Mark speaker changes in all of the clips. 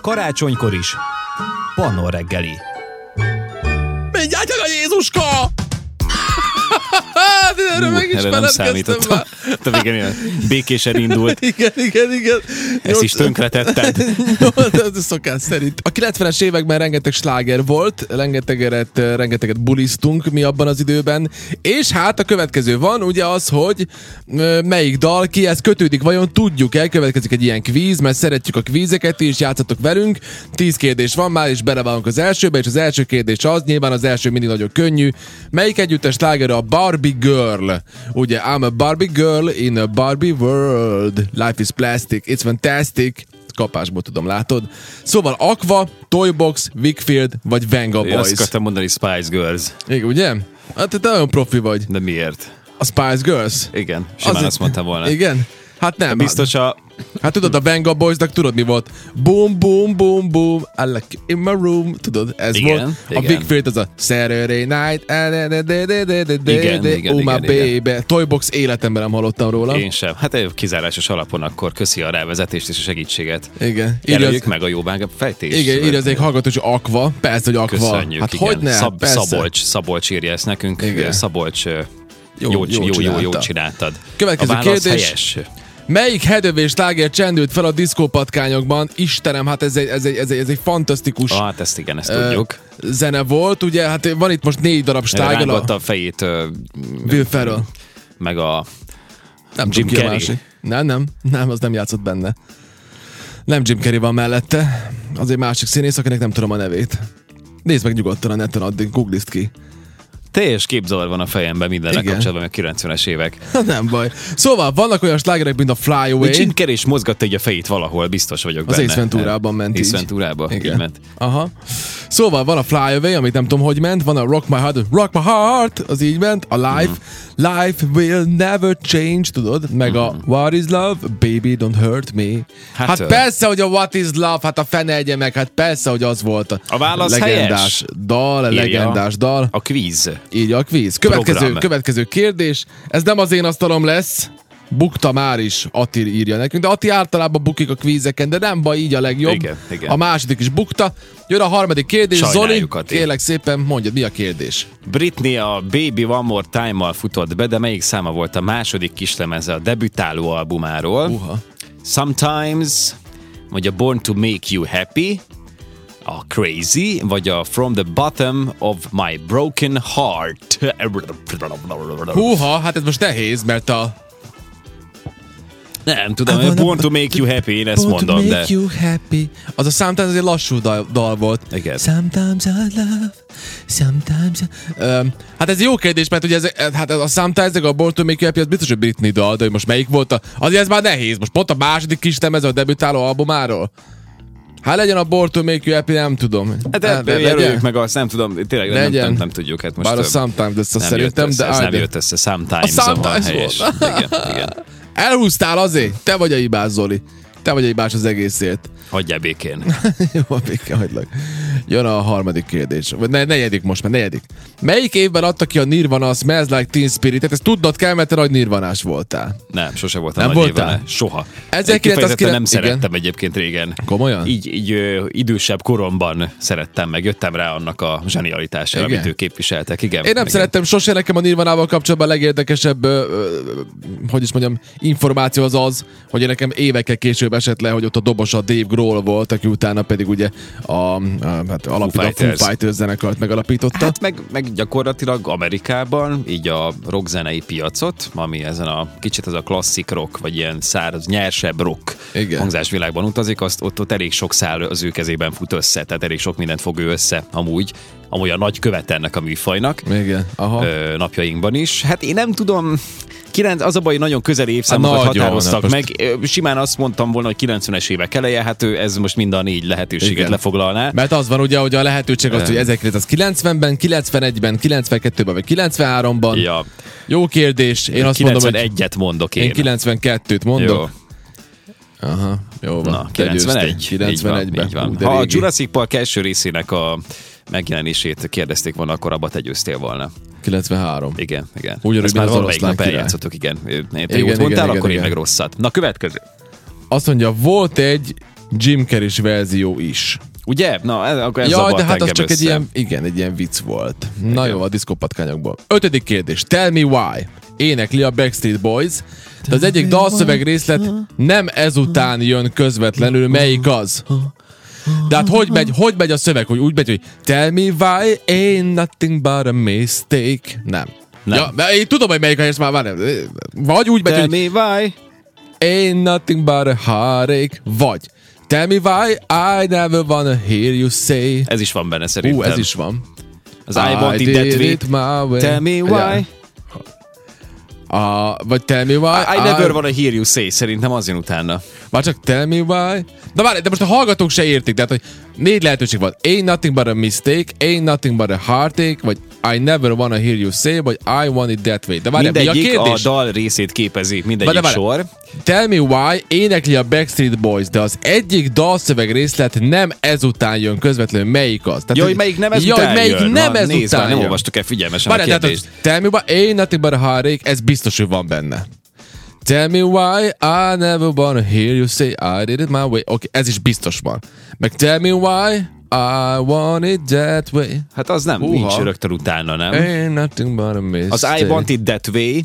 Speaker 1: Karácsonykor is. Pannon reggeli.
Speaker 2: Mindjárt jön a Jézuska! Hát, erre meg is
Speaker 3: erre nem számítottam.
Speaker 2: már.
Speaker 3: Tehát igen, ilyen békésen indult.
Speaker 2: Igen, igen, igen.
Speaker 3: Ezt
Speaker 2: Jó,
Speaker 3: is tönkretetted.
Speaker 2: Jó, ez szokás szerint. A 90-es években rengeteg sláger volt, rengeteget, eh, rengeteget bulisztunk mi abban az időben, és hát a következő van, ugye az, hogy ö, melyik dal kihez kötődik, vajon tudjuk-e, következik egy ilyen kvíz, mert szeretjük a kvízeket is, játszatok velünk, 10 kérdés van már, és belevágunk az elsőbe, és az első kérdés az, nyilván az első mindig nagyon könnyű, melyik együttes sláger a Barbie Girl? Ugye, I'm a Barbie Girl in a Barbie World, life is plastic, it's fantastic, kapásból tudom, látod. Szóval Aqua, Toybox, Wickfield vagy Venga
Speaker 3: Én azt
Speaker 2: Boys.
Speaker 3: akartam mondani Spice Girls.
Speaker 2: Igen, ugye? Hát te nagyon profi vagy.
Speaker 3: De miért?
Speaker 2: A Spice Girls?
Speaker 3: Igen, simán
Speaker 2: Azért-
Speaker 3: azt mondtam volna.
Speaker 2: Igen? Hát nem.
Speaker 3: Biztos a...
Speaker 2: Hát tudod, a Venga boys tudod mi volt? Boom, boom, boom, boom, I like you in my room. Tudod, ez
Speaker 3: Igen,
Speaker 2: volt. A
Speaker 3: igen.
Speaker 2: Bigfield az a Saturday night. eh, de, de, de, de, de, de, de,
Speaker 3: Igen,
Speaker 2: de,
Speaker 3: igen,
Speaker 2: oh my
Speaker 3: igen, igen.
Speaker 2: baby. Toybox életemben nem hallottam róla.
Speaker 3: Én sem. Hát egy kizárásos alapon akkor köszi a rávezetést és a segítséget.
Speaker 2: Igen. Írja az-
Speaker 3: Jelöljük meg a jó bánk- fejtést.
Speaker 2: igen, írja az egyik hallgató, hogy Aqua. Persze, hogy Aqua.
Speaker 3: Köszönjük,
Speaker 2: hát
Speaker 3: igen.
Speaker 2: hogy ne?
Speaker 3: Szab-
Speaker 2: persze.
Speaker 3: Szabolcs, Szabolcs írja ezt nekünk.
Speaker 2: Igen.
Speaker 3: Szabolcs, jó,
Speaker 2: Jó-
Speaker 3: jó,
Speaker 2: jól
Speaker 3: jó, jó, jó,
Speaker 2: csinálta.
Speaker 3: csináltad.
Speaker 2: Következő
Speaker 3: a válasz
Speaker 2: kérdés.
Speaker 3: helyes.
Speaker 2: Melyik hedövés láger csendült fel a diszkópatkányokban? Istenem, hát ez egy, ez egy, ez egy, ez egy fantasztikus
Speaker 3: Ah, hát ezt igen, ezt
Speaker 2: ö,
Speaker 3: tudjuk.
Speaker 2: zene volt. Ugye, hát van itt most négy darab stágel,
Speaker 3: Rángatta
Speaker 2: a
Speaker 3: a fejét, ö,
Speaker 2: Will Ferrell.
Speaker 3: meg a...
Speaker 2: Nem
Speaker 3: Jim
Speaker 2: tudom ki a
Speaker 3: Carrey.
Speaker 2: másik. Nem, nem, nem, az nem játszott benne. Nem Jim Carrey van mellette, az egy másik színész, akinek nem tudom a nevét. Nézd meg nyugodtan a neten, addig googlist ki.
Speaker 3: Teljes képzavar van a fejemben mindennek
Speaker 2: Igen.
Speaker 3: kapcsolatban, mert 90-es évek.
Speaker 2: nem baj. Szóval vannak olyan slágerek, mint a Fly Away.
Speaker 3: Jim Carrey is mozgatta így a fejét valahol, biztos vagyok
Speaker 2: Az
Speaker 3: benne.
Speaker 2: Ace Venturában ment így.
Speaker 3: Ace Venturában, így ment.
Speaker 2: Aha. Szóval van a Fly Away, amit nem tudom, hogy ment, van a Rock My Heart, Rock My Heart, az így ment, a Life,
Speaker 3: Mhm.
Speaker 2: Life Will Never Change, tudod, meg a What Is Love, Baby Don't Hurt Me. Hát,
Speaker 3: Hát,
Speaker 2: hát
Speaker 3: ö-
Speaker 2: persze, hogy a What Is Love, hát a fene egye meg, hát persze, hogy az volt a,
Speaker 3: A válasz
Speaker 2: legendás
Speaker 3: helyes.
Speaker 2: dal, a
Speaker 3: Írja.
Speaker 2: legendás dal.
Speaker 3: A kvíz.
Speaker 2: Így a kvíz. Következő,
Speaker 3: Program.
Speaker 2: következő kérdés. Ez nem az én asztalom lesz. Bukta már is, Ati írja nekünk. De Ati általában bukik a kvízeken, de nem baj, így a legjobb.
Speaker 3: Igen, igen.
Speaker 2: A második is bukta. Jön a harmadik kérdés. Zoli,
Speaker 3: Sajnáljuk, Ati.
Speaker 2: kérlek szépen mondjad, mi a kérdés?
Speaker 3: Britney a Baby One More Time-mal futott be, de melyik száma volt a második kislemeze a debütáló albumáról?
Speaker 2: Uha.
Speaker 3: Sometimes, vagy a Born to Make You Happy, a Crazy, vagy a From the Bottom of My Broken Heart.
Speaker 2: Húha, hát ez most nehéz, mert a...
Speaker 3: Nem tudom, a Born to Make You Happy, én ezt
Speaker 2: Born to
Speaker 3: mondom,
Speaker 2: make
Speaker 3: de...
Speaker 2: you happy. Az a Sometimes az egy lassú dal, dal volt.
Speaker 3: Igen.
Speaker 2: Sometimes I love, sometimes I... Öm, hát ez jó kérdés, mert ugye ez, eh, hát ez a Sometimes, meg a Born to Make You Happy, az biztos, hogy Britney dal, de hogy most melyik volt a... Azért ez már nehéz, most pont a második kis lemez a debütáló albumáról. Hát legyen a Born to Make You Happy, nem tudom.
Speaker 3: Hát
Speaker 2: Hát,
Speaker 3: ebből
Speaker 2: legyen.
Speaker 3: jelöljük meg azt, nem tudom, tényleg nem,
Speaker 2: Legyen.
Speaker 3: nem, nem tudjuk. Hát most
Speaker 2: Bár a
Speaker 3: több.
Speaker 2: Sometimes lesz azt
Speaker 3: nem jött
Speaker 2: szerintem,
Speaker 3: össze,
Speaker 2: de
Speaker 3: ez nem
Speaker 2: áldja.
Speaker 3: jött össze, Sometimes,
Speaker 2: A
Speaker 3: a
Speaker 2: Sometimes
Speaker 3: sometimes helyes. Igen, igen.
Speaker 2: Elhúztál azért! Te vagy a hibás, Zoli. Te vagy a hibás az egészért.
Speaker 3: Hagyjál békén.
Speaker 2: Jó, a béke, hagylak. Jön a harmadik kérdés. Vagy ne, negyedik most már, negyedik. Melyik évben adta ki a Nirvana a Smells Like Teen Spirit-et? Ezt tudnod kell, mert te nagy nirvanás voltál.
Speaker 3: Nem, sose voltam
Speaker 2: Nem
Speaker 3: nem
Speaker 2: voltál?
Speaker 3: voltál? Soha.
Speaker 2: Ezzel
Speaker 3: Én kifejezetten
Speaker 2: 1909
Speaker 3: nem
Speaker 2: igen.
Speaker 3: szerettem egyébként régen.
Speaker 2: Komolyan?
Speaker 3: Így, így ö, idősebb koromban szerettem meg, jöttem rá annak a zsenialitására,
Speaker 2: Igen.
Speaker 3: amit ők képviseltek. Igen.
Speaker 2: Én nem
Speaker 3: igen.
Speaker 2: szerettem sose, nekem a Nirvanával kapcsolatban a legérdekesebb, ö, ö, hogy is mondjam, információ az az, hogy nekem évekkel később esett le, hogy ott a dobos a Dave Grohl volt, aki utána pedig ugye a, a, hát alapító, a Foo
Speaker 3: Fighters.
Speaker 2: Fighters zenekart megalapította.
Speaker 3: Hát meg, meg gyakorlatilag Amerikában, így a rockzenei piacot, ami ezen a kicsit ez a klasszik rock, vagy ilyen száraz, nyersebb rock
Speaker 2: Igen.
Speaker 3: hangzásvilágban utazik, azt ott, ott elég sok szál az ő kezében fut össze, tehát elég sok mindent fog ő össze amúgy, amúgy a nagy követ ennek a műfajnak.
Speaker 2: Igen, aha.
Speaker 3: ö, napjainkban is. Hát én nem tudom, kilenc, az a baj, nagyon közeli évszámokat
Speaker 2: Hát
Speaker 3: hát,
Speaker 2: nagyon,
Speaker 3: határoztak
Speaker 2: hát
Speaker 3: meg. Ö, Simán azt mondtam volna, hogy 90-es évek eleje, hát ő ez most mind a négy lehetőséget
Speaker 2: Igen.
Speaker 3: Igen. lefoglalná.
Speaker 2: Mert az van ugye, hogy a lehetőség az, hogy 1990-ben, 91-ben, 92-ben vagy 93-ban.
Speaker 3: Ja,
Speaker 2: Jó kérdés. Én azt mondom, hogy
Speaker 3: 91-et mondok én.
Speaker 2: én 92-t mondok. Jó, jó van.
Speaker 3: Na,
Speaker 2: Te győztél.
Speaker 3: 91. 91-ben.
Speaker 2: 91-ben.
Speaker 3: Így van,
Speaker 2: Hú,
Speaker 3: így
Speaker 2: de
Speaker 3: van. Ha a
Speaker 2: régi.
Speaker 3: Jurassic Park első részének a megjelenését kérdezték volna, akkor abba tegyőztél volna.
Speaker 2: 93.
Speaker 3: Igen, igen.
Speaker 2: Ugyanúgy,
Speaker 3: Ezt már
Speaker 2: mint az
Speaker 3: valamelyik
Speaker 2: oroszlán
Speaker 3: nap
Speaker 2: király.
Speaker 3: eljátszottuk, igen. Én te
Speaker 2: Igen,
Speaker 3: jót
Speaker 2: igen,
Speaker 3: mondtál,
Speaker 2: igen,
Speaker 3: akkor én
Speaker 2: igen.
Speaker 3: meg rosszat. Na, következő.
Speaker 2: Azt mondja, volt egy Jim Carrey verzió is.
Speaker 3: Ugye? Na, ez, akkor ez
Speaker 2: Jaj,
Speaker 3: zavart
Speaker 2: de hát az
Speaker 3: engem
Speaker 2: csak
Speaker 3: össze.
Speaker 2: egy ilyen, igen, egy ilyen vicc volt. Na jó, a diszkopatkányokból. Ötödik kérdés. Tell me why. Énekli a Backstreet Boys, de az egyik dalszöveg részlet nem ezután jön közvetlenül, melyik az? De hát hogy megy, hogy megy a szöveg, hogy úgy megy, hogy Tell me why ain't nothing but a mistake. Nem.
Speaker 3: Nem.
Speaker 2: nem. Ja, mert én tudom, hogy melyik a rész már van. Vagy úgy megy,
Speaker 3: Tell
Speaker 2: hogy
Speaker 3: me why.
Speaker 2: Ain't nothing but a heartache. Vagy Tell me why I never wanna hear you say.
Speaker 3: Ez is van benne szerintem.
Speaker 2: Ú, ez is van.
Speaker 3: Az I, want it
Speaker 2: did
Speaker 3: that way.
Speaker 2: it my way.
Speaker 3: Tell me why.
Speaker 2: Yeah. A, vagy tell me why.
Speaker 3: I never wanna hear you say, szerintem az jön utána.
Speaker 2: Már csak tell me why. De várj, de most a hallgatók se értik. Tehát, hogy négy lehetőség van. Ain't nothing but a mistake, ain't nothing but a heartache, vagy I never wanna hear you say, vagy I want it that way. De várj, mi a
Speaker 3: Mindegyik a,
Speaker 2: kérdés?
Speaker 3: dal részét képezi, mindegyik
Speaker 2: Várj, várj.
Speaker 3: sor.
Speaker 2: Tell me why énekli a Backstreet Boys, de az egyik dalszöveg részlet nem ezután jön közvetlenül. Melyik az? Tehát,
Speaker 3: Jó, hogy melyik nem
Speaker 2: Jaj,
Speaker 3: ezután
Speaker 2: Hát, hogy melyik
Speaker 3: jön.
Speaker 2: nem
Speaker 3: Na,
Speaker 2: ezután
Speaker 3: nézd, már nem
Speaker 2: jön.
Speaker 3: olvastuk el figyelmesen a
Speaker 2: Várjál, tehát
Speaker 3: kérdést.
Speaker 2: az Tell me why ain't nothing but a heartache, ez biztos, hogy van benne. Tell me why I never wanna hear you say I did it my way. Oké, okay, ez is biztos van. Meg tell me why I want it that way.
Speaker 3: Hát az nem,
Speaker 2: Húha.
Speaker 3: nincs rögtön utána, nem?
Speaker 2: Ain't nothing but a mistake.
Speaker 3: Az I want it that way,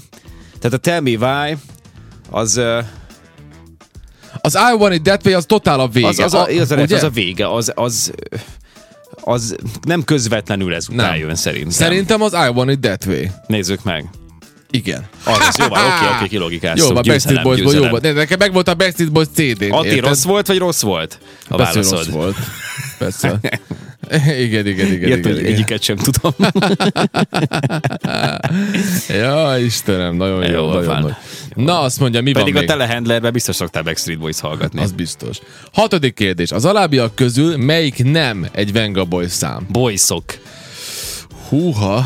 Speaker 3: tehát a tell me why, az, ö,
Speaker 2: Az I want it that way, az totál a vége. Ah,
Speaker 3: az, az, a, az, a,
Speaker 2: ugye?
Speaker 3: az a vége, az, az, az nem közvetlenül ezután
Speaker 2: Nem.
Speaker 3: jön szerintem.
Speaker 2: Szerintem az I want it that way.
Speaker 3: Nézzük meg.
Speaker 2: Igen.
Speaker 3: Az, az jó, van, oké, oké, kilogikáztunk.
Speaker 2: Jó, a Backstreet
Speaker 3: Győzelem,
Speaker 2: Boysból jó
Speaker 3: győzelem.
Speaker 2: volt. Ne, Nekem meg volt a Backstreet Boys CD.
Speaker 3: Ati, rossz volt, vagy rossz volt? A
Speaker 2: Persze, hogy
Speaker 3: válaszod.
Speaker 2: rossz volt. Persze. igen, igen, igen.
Speaker 3: Ilyet,
Speaker 2: igen,
Speaker 3: hogy
Speaker 2: igen.
Speaker 3: egyiket sem tudom.
Speaker 2: Ja, Istenem, nagyon jó,
Speaker 3: Jó,
Speaker 2: jó nagyon
Speaker 3: van.
Speaker 2: nagy. Na, azt mondja, mi
Speaker 3: Pedig
Speaker 2: van
Speaker 3: a
Speaker 2: még?
Speaker 3: telehandlerben biztos szoktál Backstreet Boys hallgatni.
Speaker 2: Az biztos. Hatodik kérdés. Az alábbiak közül melyik nem egy Venga Boys szám?
Speaker 3: Boysok.
Speaker 2: Húha.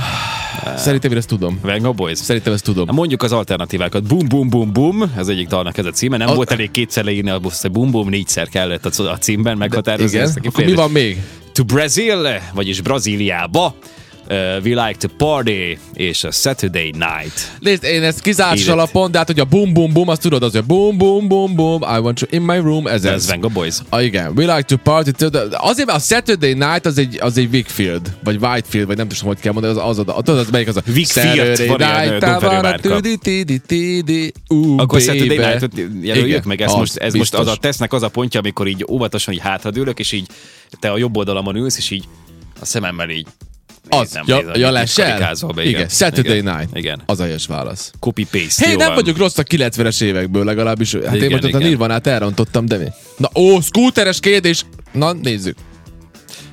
Speaker 2: Szerintem én ezt tudom.
Speaker 3: Venga Boys.
Speaker 2: Szerintem ezt
Speaker 3: Na,
Speaker 2: tudom.
Speaker 3: Mondjuk az alternatívákat. Bum, bum, bum, bum. Az egyik dalnak ez a címe. Nem
Speaker 2: A-
Speaker 3: volt elég kétszer leírni a buszt, hogy bum, bum, négyszer kellett a, c- a címben meghatározni.
Speaker 2: Igen.
Speaker 3: ezt a
Speaker 2: Akkor mi
Speaker 3: kifejezést.
Speaker 2: van még?
Speaker 3: To Brazil, vagyis Brazíliába. Uh, we like to party, és a Saturday night.
Speaker 2: Nézd, én ezt kizárs
Speaker 3: Élet.
Speaker 2: alapon, de hát, hogy a bum bum bum, azt tudod, az, hogy bum bum bum bum, I want you in my room, ez
Speaker 3: Ez
Speaker 2: ez.
Speaker 3: Venga Boys.
Speaker 2: Ah, igen, we like to party. To the... Azért, mert a Saturday night az egy, az egy Wickfield, vagy Whitefield, vagy nem tudom, hogy kell mondani, az az, az, tudod, az melyik az a...
Speaker 3: Wickfield, van ilyen,
Speaker 2: Saturday
Speaker 3: ö,
Speaker 2: night,
Speaker 3: dobverő
Speaker 2: távára,
Speaker 3: márka.
Speaker 2: tüdi, tidi, tidi, ú,
Speaker 3: Akkor
Speaker 2: baby.
Speaker 3: Saturday Night-ot jelöljük
Speaker 2: Igen,
Speaker 3: meg, ez,
Speaker 2: az
Speaker 3: most, ez most az
Speaker 2: biztos.
Speaker 3: a tesznek az a pontja, amikor így óvatosan így hátradőlök, és így te a jobb oldalamon ülsz, és így a szememmel így
Speaker 2: Az,
Speaker 3: nézem,
Speaker 2: ja,
Speaker 3: nézem,
Speaker 2: ja
Speaker 3: így
Speaker 2: lesel?
Speaker 3: karikázol be,
Speaker 2: igen. Saturday
Speaker 3: igen,
Speaker 2: night.
Speaker 3: Igen,
Speaker 2: Az a helyes válasz.
Speaker 3: copy-paste.
Speaker 2: Hé, hey,
Speaker 3: jó
Speaker 2: nem
Speaker 3: van.
Speaker 2: vagyok rossz a 90-es évekből legalábbis. Hát
Speaker 3: Igen,
Speaker 2: én most ott a
Speaker 3: igen.
Speaker 2: Nirvanát elrontottam, de mi? Na, ó, skúteres kérdés. Na, nézzük.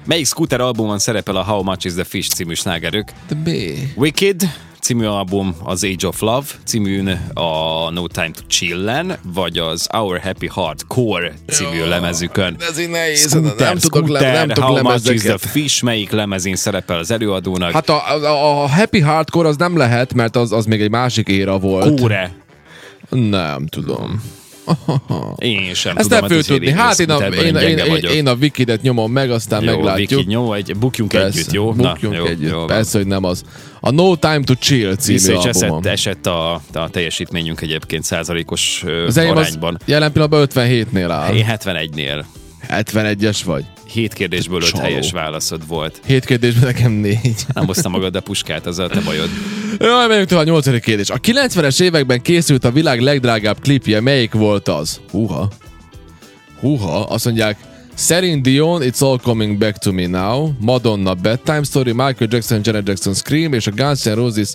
Speaker 3: Melyik Scooter albumon szerepel a How Much is the Fish című slágerük?
Speaker 2: De mi?
Speaker 3: Wicked című album az Age of Love, címűn a No Time to Chillen, vagy az Our Happy Hardcore című lemezükön.
Speaker 2: Ez így nehéz.
Speaker 3: Scooter,
Speaker 2: nem tudok, le,
Speaker 3: Scooter,
Speaker 2: nem tudok
Speaker 3: How Much is the
Speaker 2: lemezeket.
Speaker 3: Fish, melyik lemezén szerepel az előadónak?
Speaker 2: Hát a, a, a happy hardcore az nem lehet, mert az, az még egy másik éra volt.
Speaker 3: Kóre.
Speaker 2: Nem tudom.
Speaker 3: Én sem
Speaker 2: Ezt
Speaker 3: tudom.
Speaker 2: nem fő
Speaker 3: azért
Speaker 2: tudni. Hát én a,
Speaker 3: részletekben
Speaker 2: én, én,
Speaker 3: gyenge
Speaker 2: én,
Speaker 3: vagyok.
Speaker 2: én a wikidet nyomom meg, aztán
Speaker 3: jó,
Speaker 2: meglátjuk.
Speaker 3: Viki, jó, egy, bukjunk
Speaker 2: Persze,
Speaker 3: együtt, jó?
Speaker 2: Bukjunk
Speaker 3: jó,
Speaker 2: együtt.
Speaker 3: van.
Speaker 2: Persze, hogy nem az. A No Time to Chill című
Speaker 3: Vissza is
Speaker 2: albumom.
Speaker 3: esett, esett a, a teljesítményünk egyébként százalékos ö,
Speaker 2: Az enyém az
Speaker 3: arányban.
Speaker 2: jelen pillanatban 57-nél áll.
Speaker 3: Én 71-nél.
Speaker 2: 71-es vagy.
Speaker 3: 7 kérdésből 5
Speaker 2: Csaló.
Speaker 3: helyes válaszod volt.
Speaker 2: 7 kérdésben nekem 4.
Speaker 3: Nem hozta magad a puskát, az a te bajod.
Speaker 2: Jaj, menjünk tovább, 8. kérdés. A 90-es években készült a világ legdrágább klipje, melyik volt az? Húha. Húha, azt mondják, Szerint Dion, It's All Coming Back to Me Now, Madonna, Bedtime Story, Michael Jackson, Janet Jackson Scream és a Guns N' Roses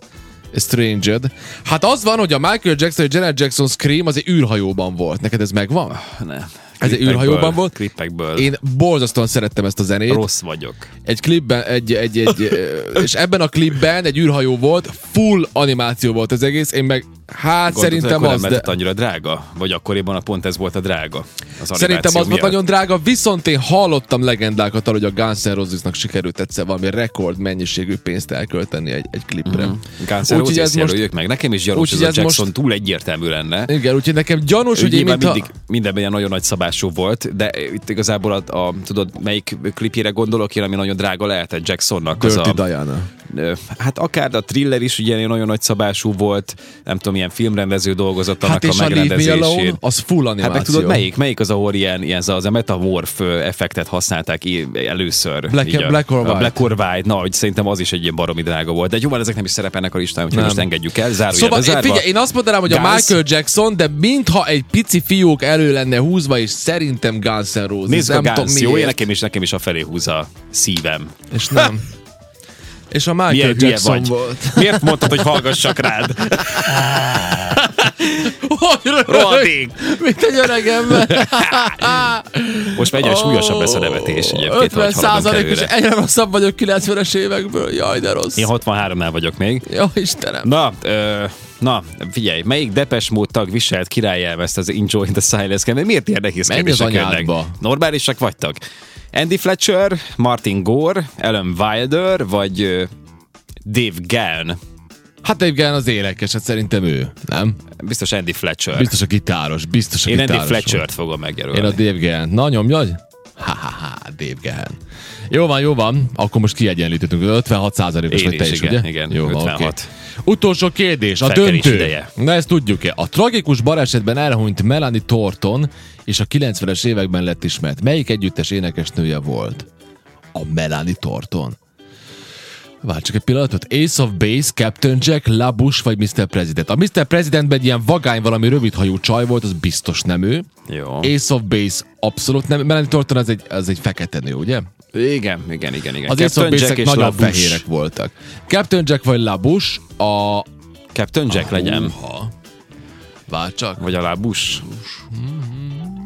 Speaker 2: Estranged. Hát az van, hogy a Michael Jackson és Janet Jackson Scream az egy űrhajóban volt. Neked ez megvan?
Speaker 3: Nem.
Speaker 2: Ez egy
Speaker 3: Klippekből-
Speaker 2: űrhajóban volt?
Speaker 3: Klippekből. Én
Speaker 2: Én borzasztóan szerettem ezt a zenét.
Speaker 3: rossz vagyok.
Speaker 2: Egy klipben, egy, egy, egy, ö, és ebben a klipben egy űrhajó volt, full animáció volt az egész, én meg, hát
Speaker 3: Gondolod,
Speaker 2: szerintem
Speaker 3: akkor
Speaker 2: az,
Speaker 3: nem
Speaker 2: de,
Speaker 3: lehetett annyira drága? Vagy akkoriban a pont ez volt a drága? Az
Speaker 2: szerintem
Speaker 3: animáció
Speaker 2: az volt
Speaker 3: miatt.
Speaker 2: nagyon drága, viszont én hallottam legendákat arra, hogy a Guns N' Rosesnak sikerült egyszer valami rekord mennyiségű pénzt elkölteni egy, egy klipre.
Speaker 3: Mhm. Guns N'
Speaker 2: Úgyhogy
Speaker 3: Roses
Speaker 2: ez most,
Speaker 3: jelöljük meg. Nekem is gyanús,
Speaker 2: úgyhogy
Speaker 3: ez a
Speaker 2: ez
Speaker 3: Jackson
Speaker 2: most-
Speaker 3: túl egyértelmű lenne.
Speaker 2: igen, úgyhogy nekem gyanús,
Speaker 3: Ő
Speaker 2: hogy én
Speaker 3: nyilván
Speaker 2: mintha...
Speaker 3: mindig mindenben ilyen nagyon nagy szabású volt, de itt igazából a, a, tudod, melyik klipjére gondolok én, ami nagyon drága lehetett Jacksonnak, az
Speaker 2: Dirty
Speaker 3: a
Speaker 2: Diana.
Speaker 3: ö, hát akár a thriller is ugye ilyen nagyon nagy szabású volt, nem tudom, ilyen filmrendező dolgozott annak
Speaker 2: Hát és
Speaker 3: a
Speaker 2: a Leave Me Alone,
Speaker 3: megrendezésén.
Speaker 2: az full
Speaker 3: Hát
Speaker 2: animáció.
Speaker 3: meg tudod, melyik, melyik az, ahol ilyen, ilyen az a Metamorph ö, effektet használták i- először.
Speaker 2: Black-
Speaker 3: így a,
Speaker 2: Black or
Speaker 3: a
Speaker 2: White.
Speaker 3: Black or White, na, hogy szerintem az is egy ilyen baromi drága volt. De jó, már ezek nem is szerepelnek a listán, úgyhogy
Speaker 2: Nem.
Speaker 3: most engedjük el, zárójelbe
Speaker 2: Szóval én,
Speaker 3: zárva.
Speaker 2: figyelj, én azt mondanám, hogy a
Speaker 3: Guns.
Speaker 2: Michael Jackson, de mintha egy pici fiók elő lenne húzva, és szerintem Guns N' Roses.
Speaker 3: Nézzük a
Speaker 2: nem
Speaker 3: Guns,
Speaker 2: tudom
Speaker 3: jó? Én
Speaker 2: miért.
Speaker 3: nekem is, nekem is a felé húz a szívem.
Speaker 2: És nem. És a Michael
Speaker 3: Milyen hülye
Speaker 2: Jackson
Speaker 3: vagy?
Speaker 2: volt.
Speaker 3: Miért mondtad, hogy hallgassak rád?
Speaker 2: Hogy röhög?
Speaker 3: Rohadék!
Speaker 2: Mint egy öreg ember.
Speaker 3: Most már egyre súlyosabb lesz a nevetés egyébként,
Speaker 2: 50
Speaker 3: ahogy haladunk
Speaker 2: százalékos,
Speaker 3: előre.
Speaker 2: egyre rosszabb vagyok 90-es évekből. Jaj, de rossz.
Speaker 3: Én 63-nál vagyok még.
Speaker 2: Jó, Istenem.
Speaker 3: Na, ö, na, figyelj, melyik Depes Mód tag viselt királyjelmezt az Enjoy the Silence Camp? Miért ilyen nehéz
Speaker 2: Menj az
Speaker 3: kérdések jönnek?
Speaker 2: anyádba.
Speaker 3: Normálisak vagytok? Andy Fletcher, Martin Gore, Ellen Wilder, vagy ö, Dave Gann?
Speaker 2: Hát igen, az énekes, hát szerintem ő. Nem?
Speaker 3: Biztos Andy Fletcher.
Speaker 2: Biztos a gitáros, biztos a
Speaker 3: Én Andy
Speaker 2: gitáros.
Speaker 3: Fletchert fogom megjelölni.
Speaker 2: Én a Dave Gehen. Na, nyomjad? Ha-ha-ha, Dave Gehen. Jó van, jó van. Akkor most kiegyenlítettünk. 56 os
Speaker 3: Én
Speaker 2: vagy te
Speaker 3: is,
Speaker 2: is,
Speaker 3: igen,
Speaker 2: ugye?
Speaker 3: igen,
Speaker 2: jó Van,
Speaker 3: 56.
Speaker 2: oké. Utolsó kérdés, a
Speaker 3: Felkelés
Speaker 2: döntő.
Speaker 3: ideje.
Speaker 2: Na ezt tudjuk-e? A tragikus balesetben elhunyt Melanie Thornton és a 90-es években lett ismert. Melyik együttes énekesnője volt? A Melanie Thornton. Várj csak egy pillanatot. Ace of Base, Captain Jack, Labus vagy Mr. President. A Mr. Presidentben egy ilyen vagány valami rövidhajú csaj volt, az biztos nem ő.
Speaker 3: Jó.
Speaker 2: Ace of Base abszolút nem. Melanie Thornton az egy, az egy fekete nő, ugye?
Speaker 3: Igen, igen, igen. igen.
Speaker 2: Az Ace
Speaker 3: Captain
Speaker 2: of base
Speaker 3: Jack és
Speaker 2: nagyon
Speaker 3: Labus.
Speaker 2: fehérek voltak. Captain Jack vagy Labus a...
Speaker 3: Captain Jack legyen.
Speaker 2: Húha. Várj csak.
Speaker 3: Vagy a Labus.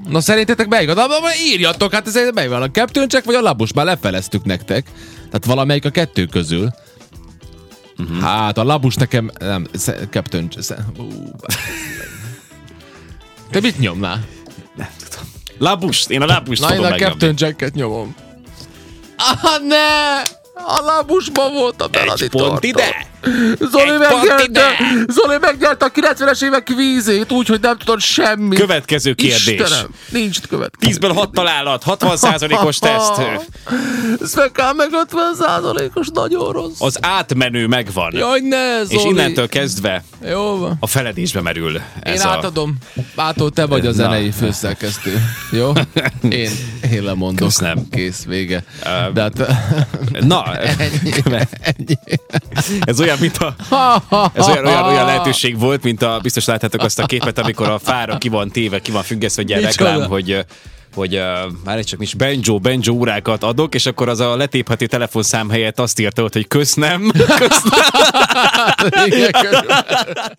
Speaker 2: Na szerintetek melyik? Na, na, na, írjatok, hát ez melyik van? A Captain Jack vagy a Labus? Már lefeleztük nektek. Tehát valamelyik a kettő közül.
Speaker 3: Mhm.
Speaker 2: Uh-huh. Hát a Labus nekem... Nem, sze- Captain Jack... sze- Ú, bár- Te mit nyomnál?
Speaker 3: Labust, én a Labust
Speaker 2: Na, én
Speaker 3: tudom
Speaker 2: a
Speaker 3: megnyomni.
Speaker 2: Captain Jacket nyomom. Ah, ne! A lábusban volt a Melanie
Speaker 3: Egy pont
Speaker 2: Thornton.
Speaker 3: ide!
Speaker 2: Zoli
Speaker 3: Egy pont
Speaker 2: megnyerte,
Speaker 3: ide!
Speaker 2: Zoli megnyerte a 90-es évek kvízét, úgyhogy nem tudod semmit.
Speaker 3: Következő kérdés.
Speaker 2: Istenem, nincs itt következő.
Speaker 3: 10-ből 6 találat, 60%-os teszt.
Speaker 2: Ez meg kell meg 50 százalékos, nagyon rossz.
Speaker 3: Az átmenő megvan.
Speaker 2: Jaj, ne, Zoli.
Speaker 3: és innentől kezdve
Speaker 2: Jó van.
Speaker 3: a feledésbe merül
Speaker 2: Én
Speaker 3: ez a...
Speaker 2: átadom. Bátó, te vagy a
Speaker 3: Na.
Speaker 2: zenei főszerkesztő. Jó? Én, én lemondok.
Speaker 3: Köszönöm. Um,
Speaker 2: Kész, vége. De hát...
Speaker 3: Na, ez olyan, mint a... Ez olyan, olyan, olyan lehetőség volt, mint a, biztos láttátok azt a képet, amikor a fára ki van téve, ki van függesztve, egy ilyen
Speaker 2: Micsoda?
Speaker 3: reklám, hogy ö, hogy uh, már egy csak is benjo, benjo órákat adok, és akkor az a letéphető telefonszám helyett azt írta ott, hogy kösznem.
Speaker 2: Igen, köszönöm.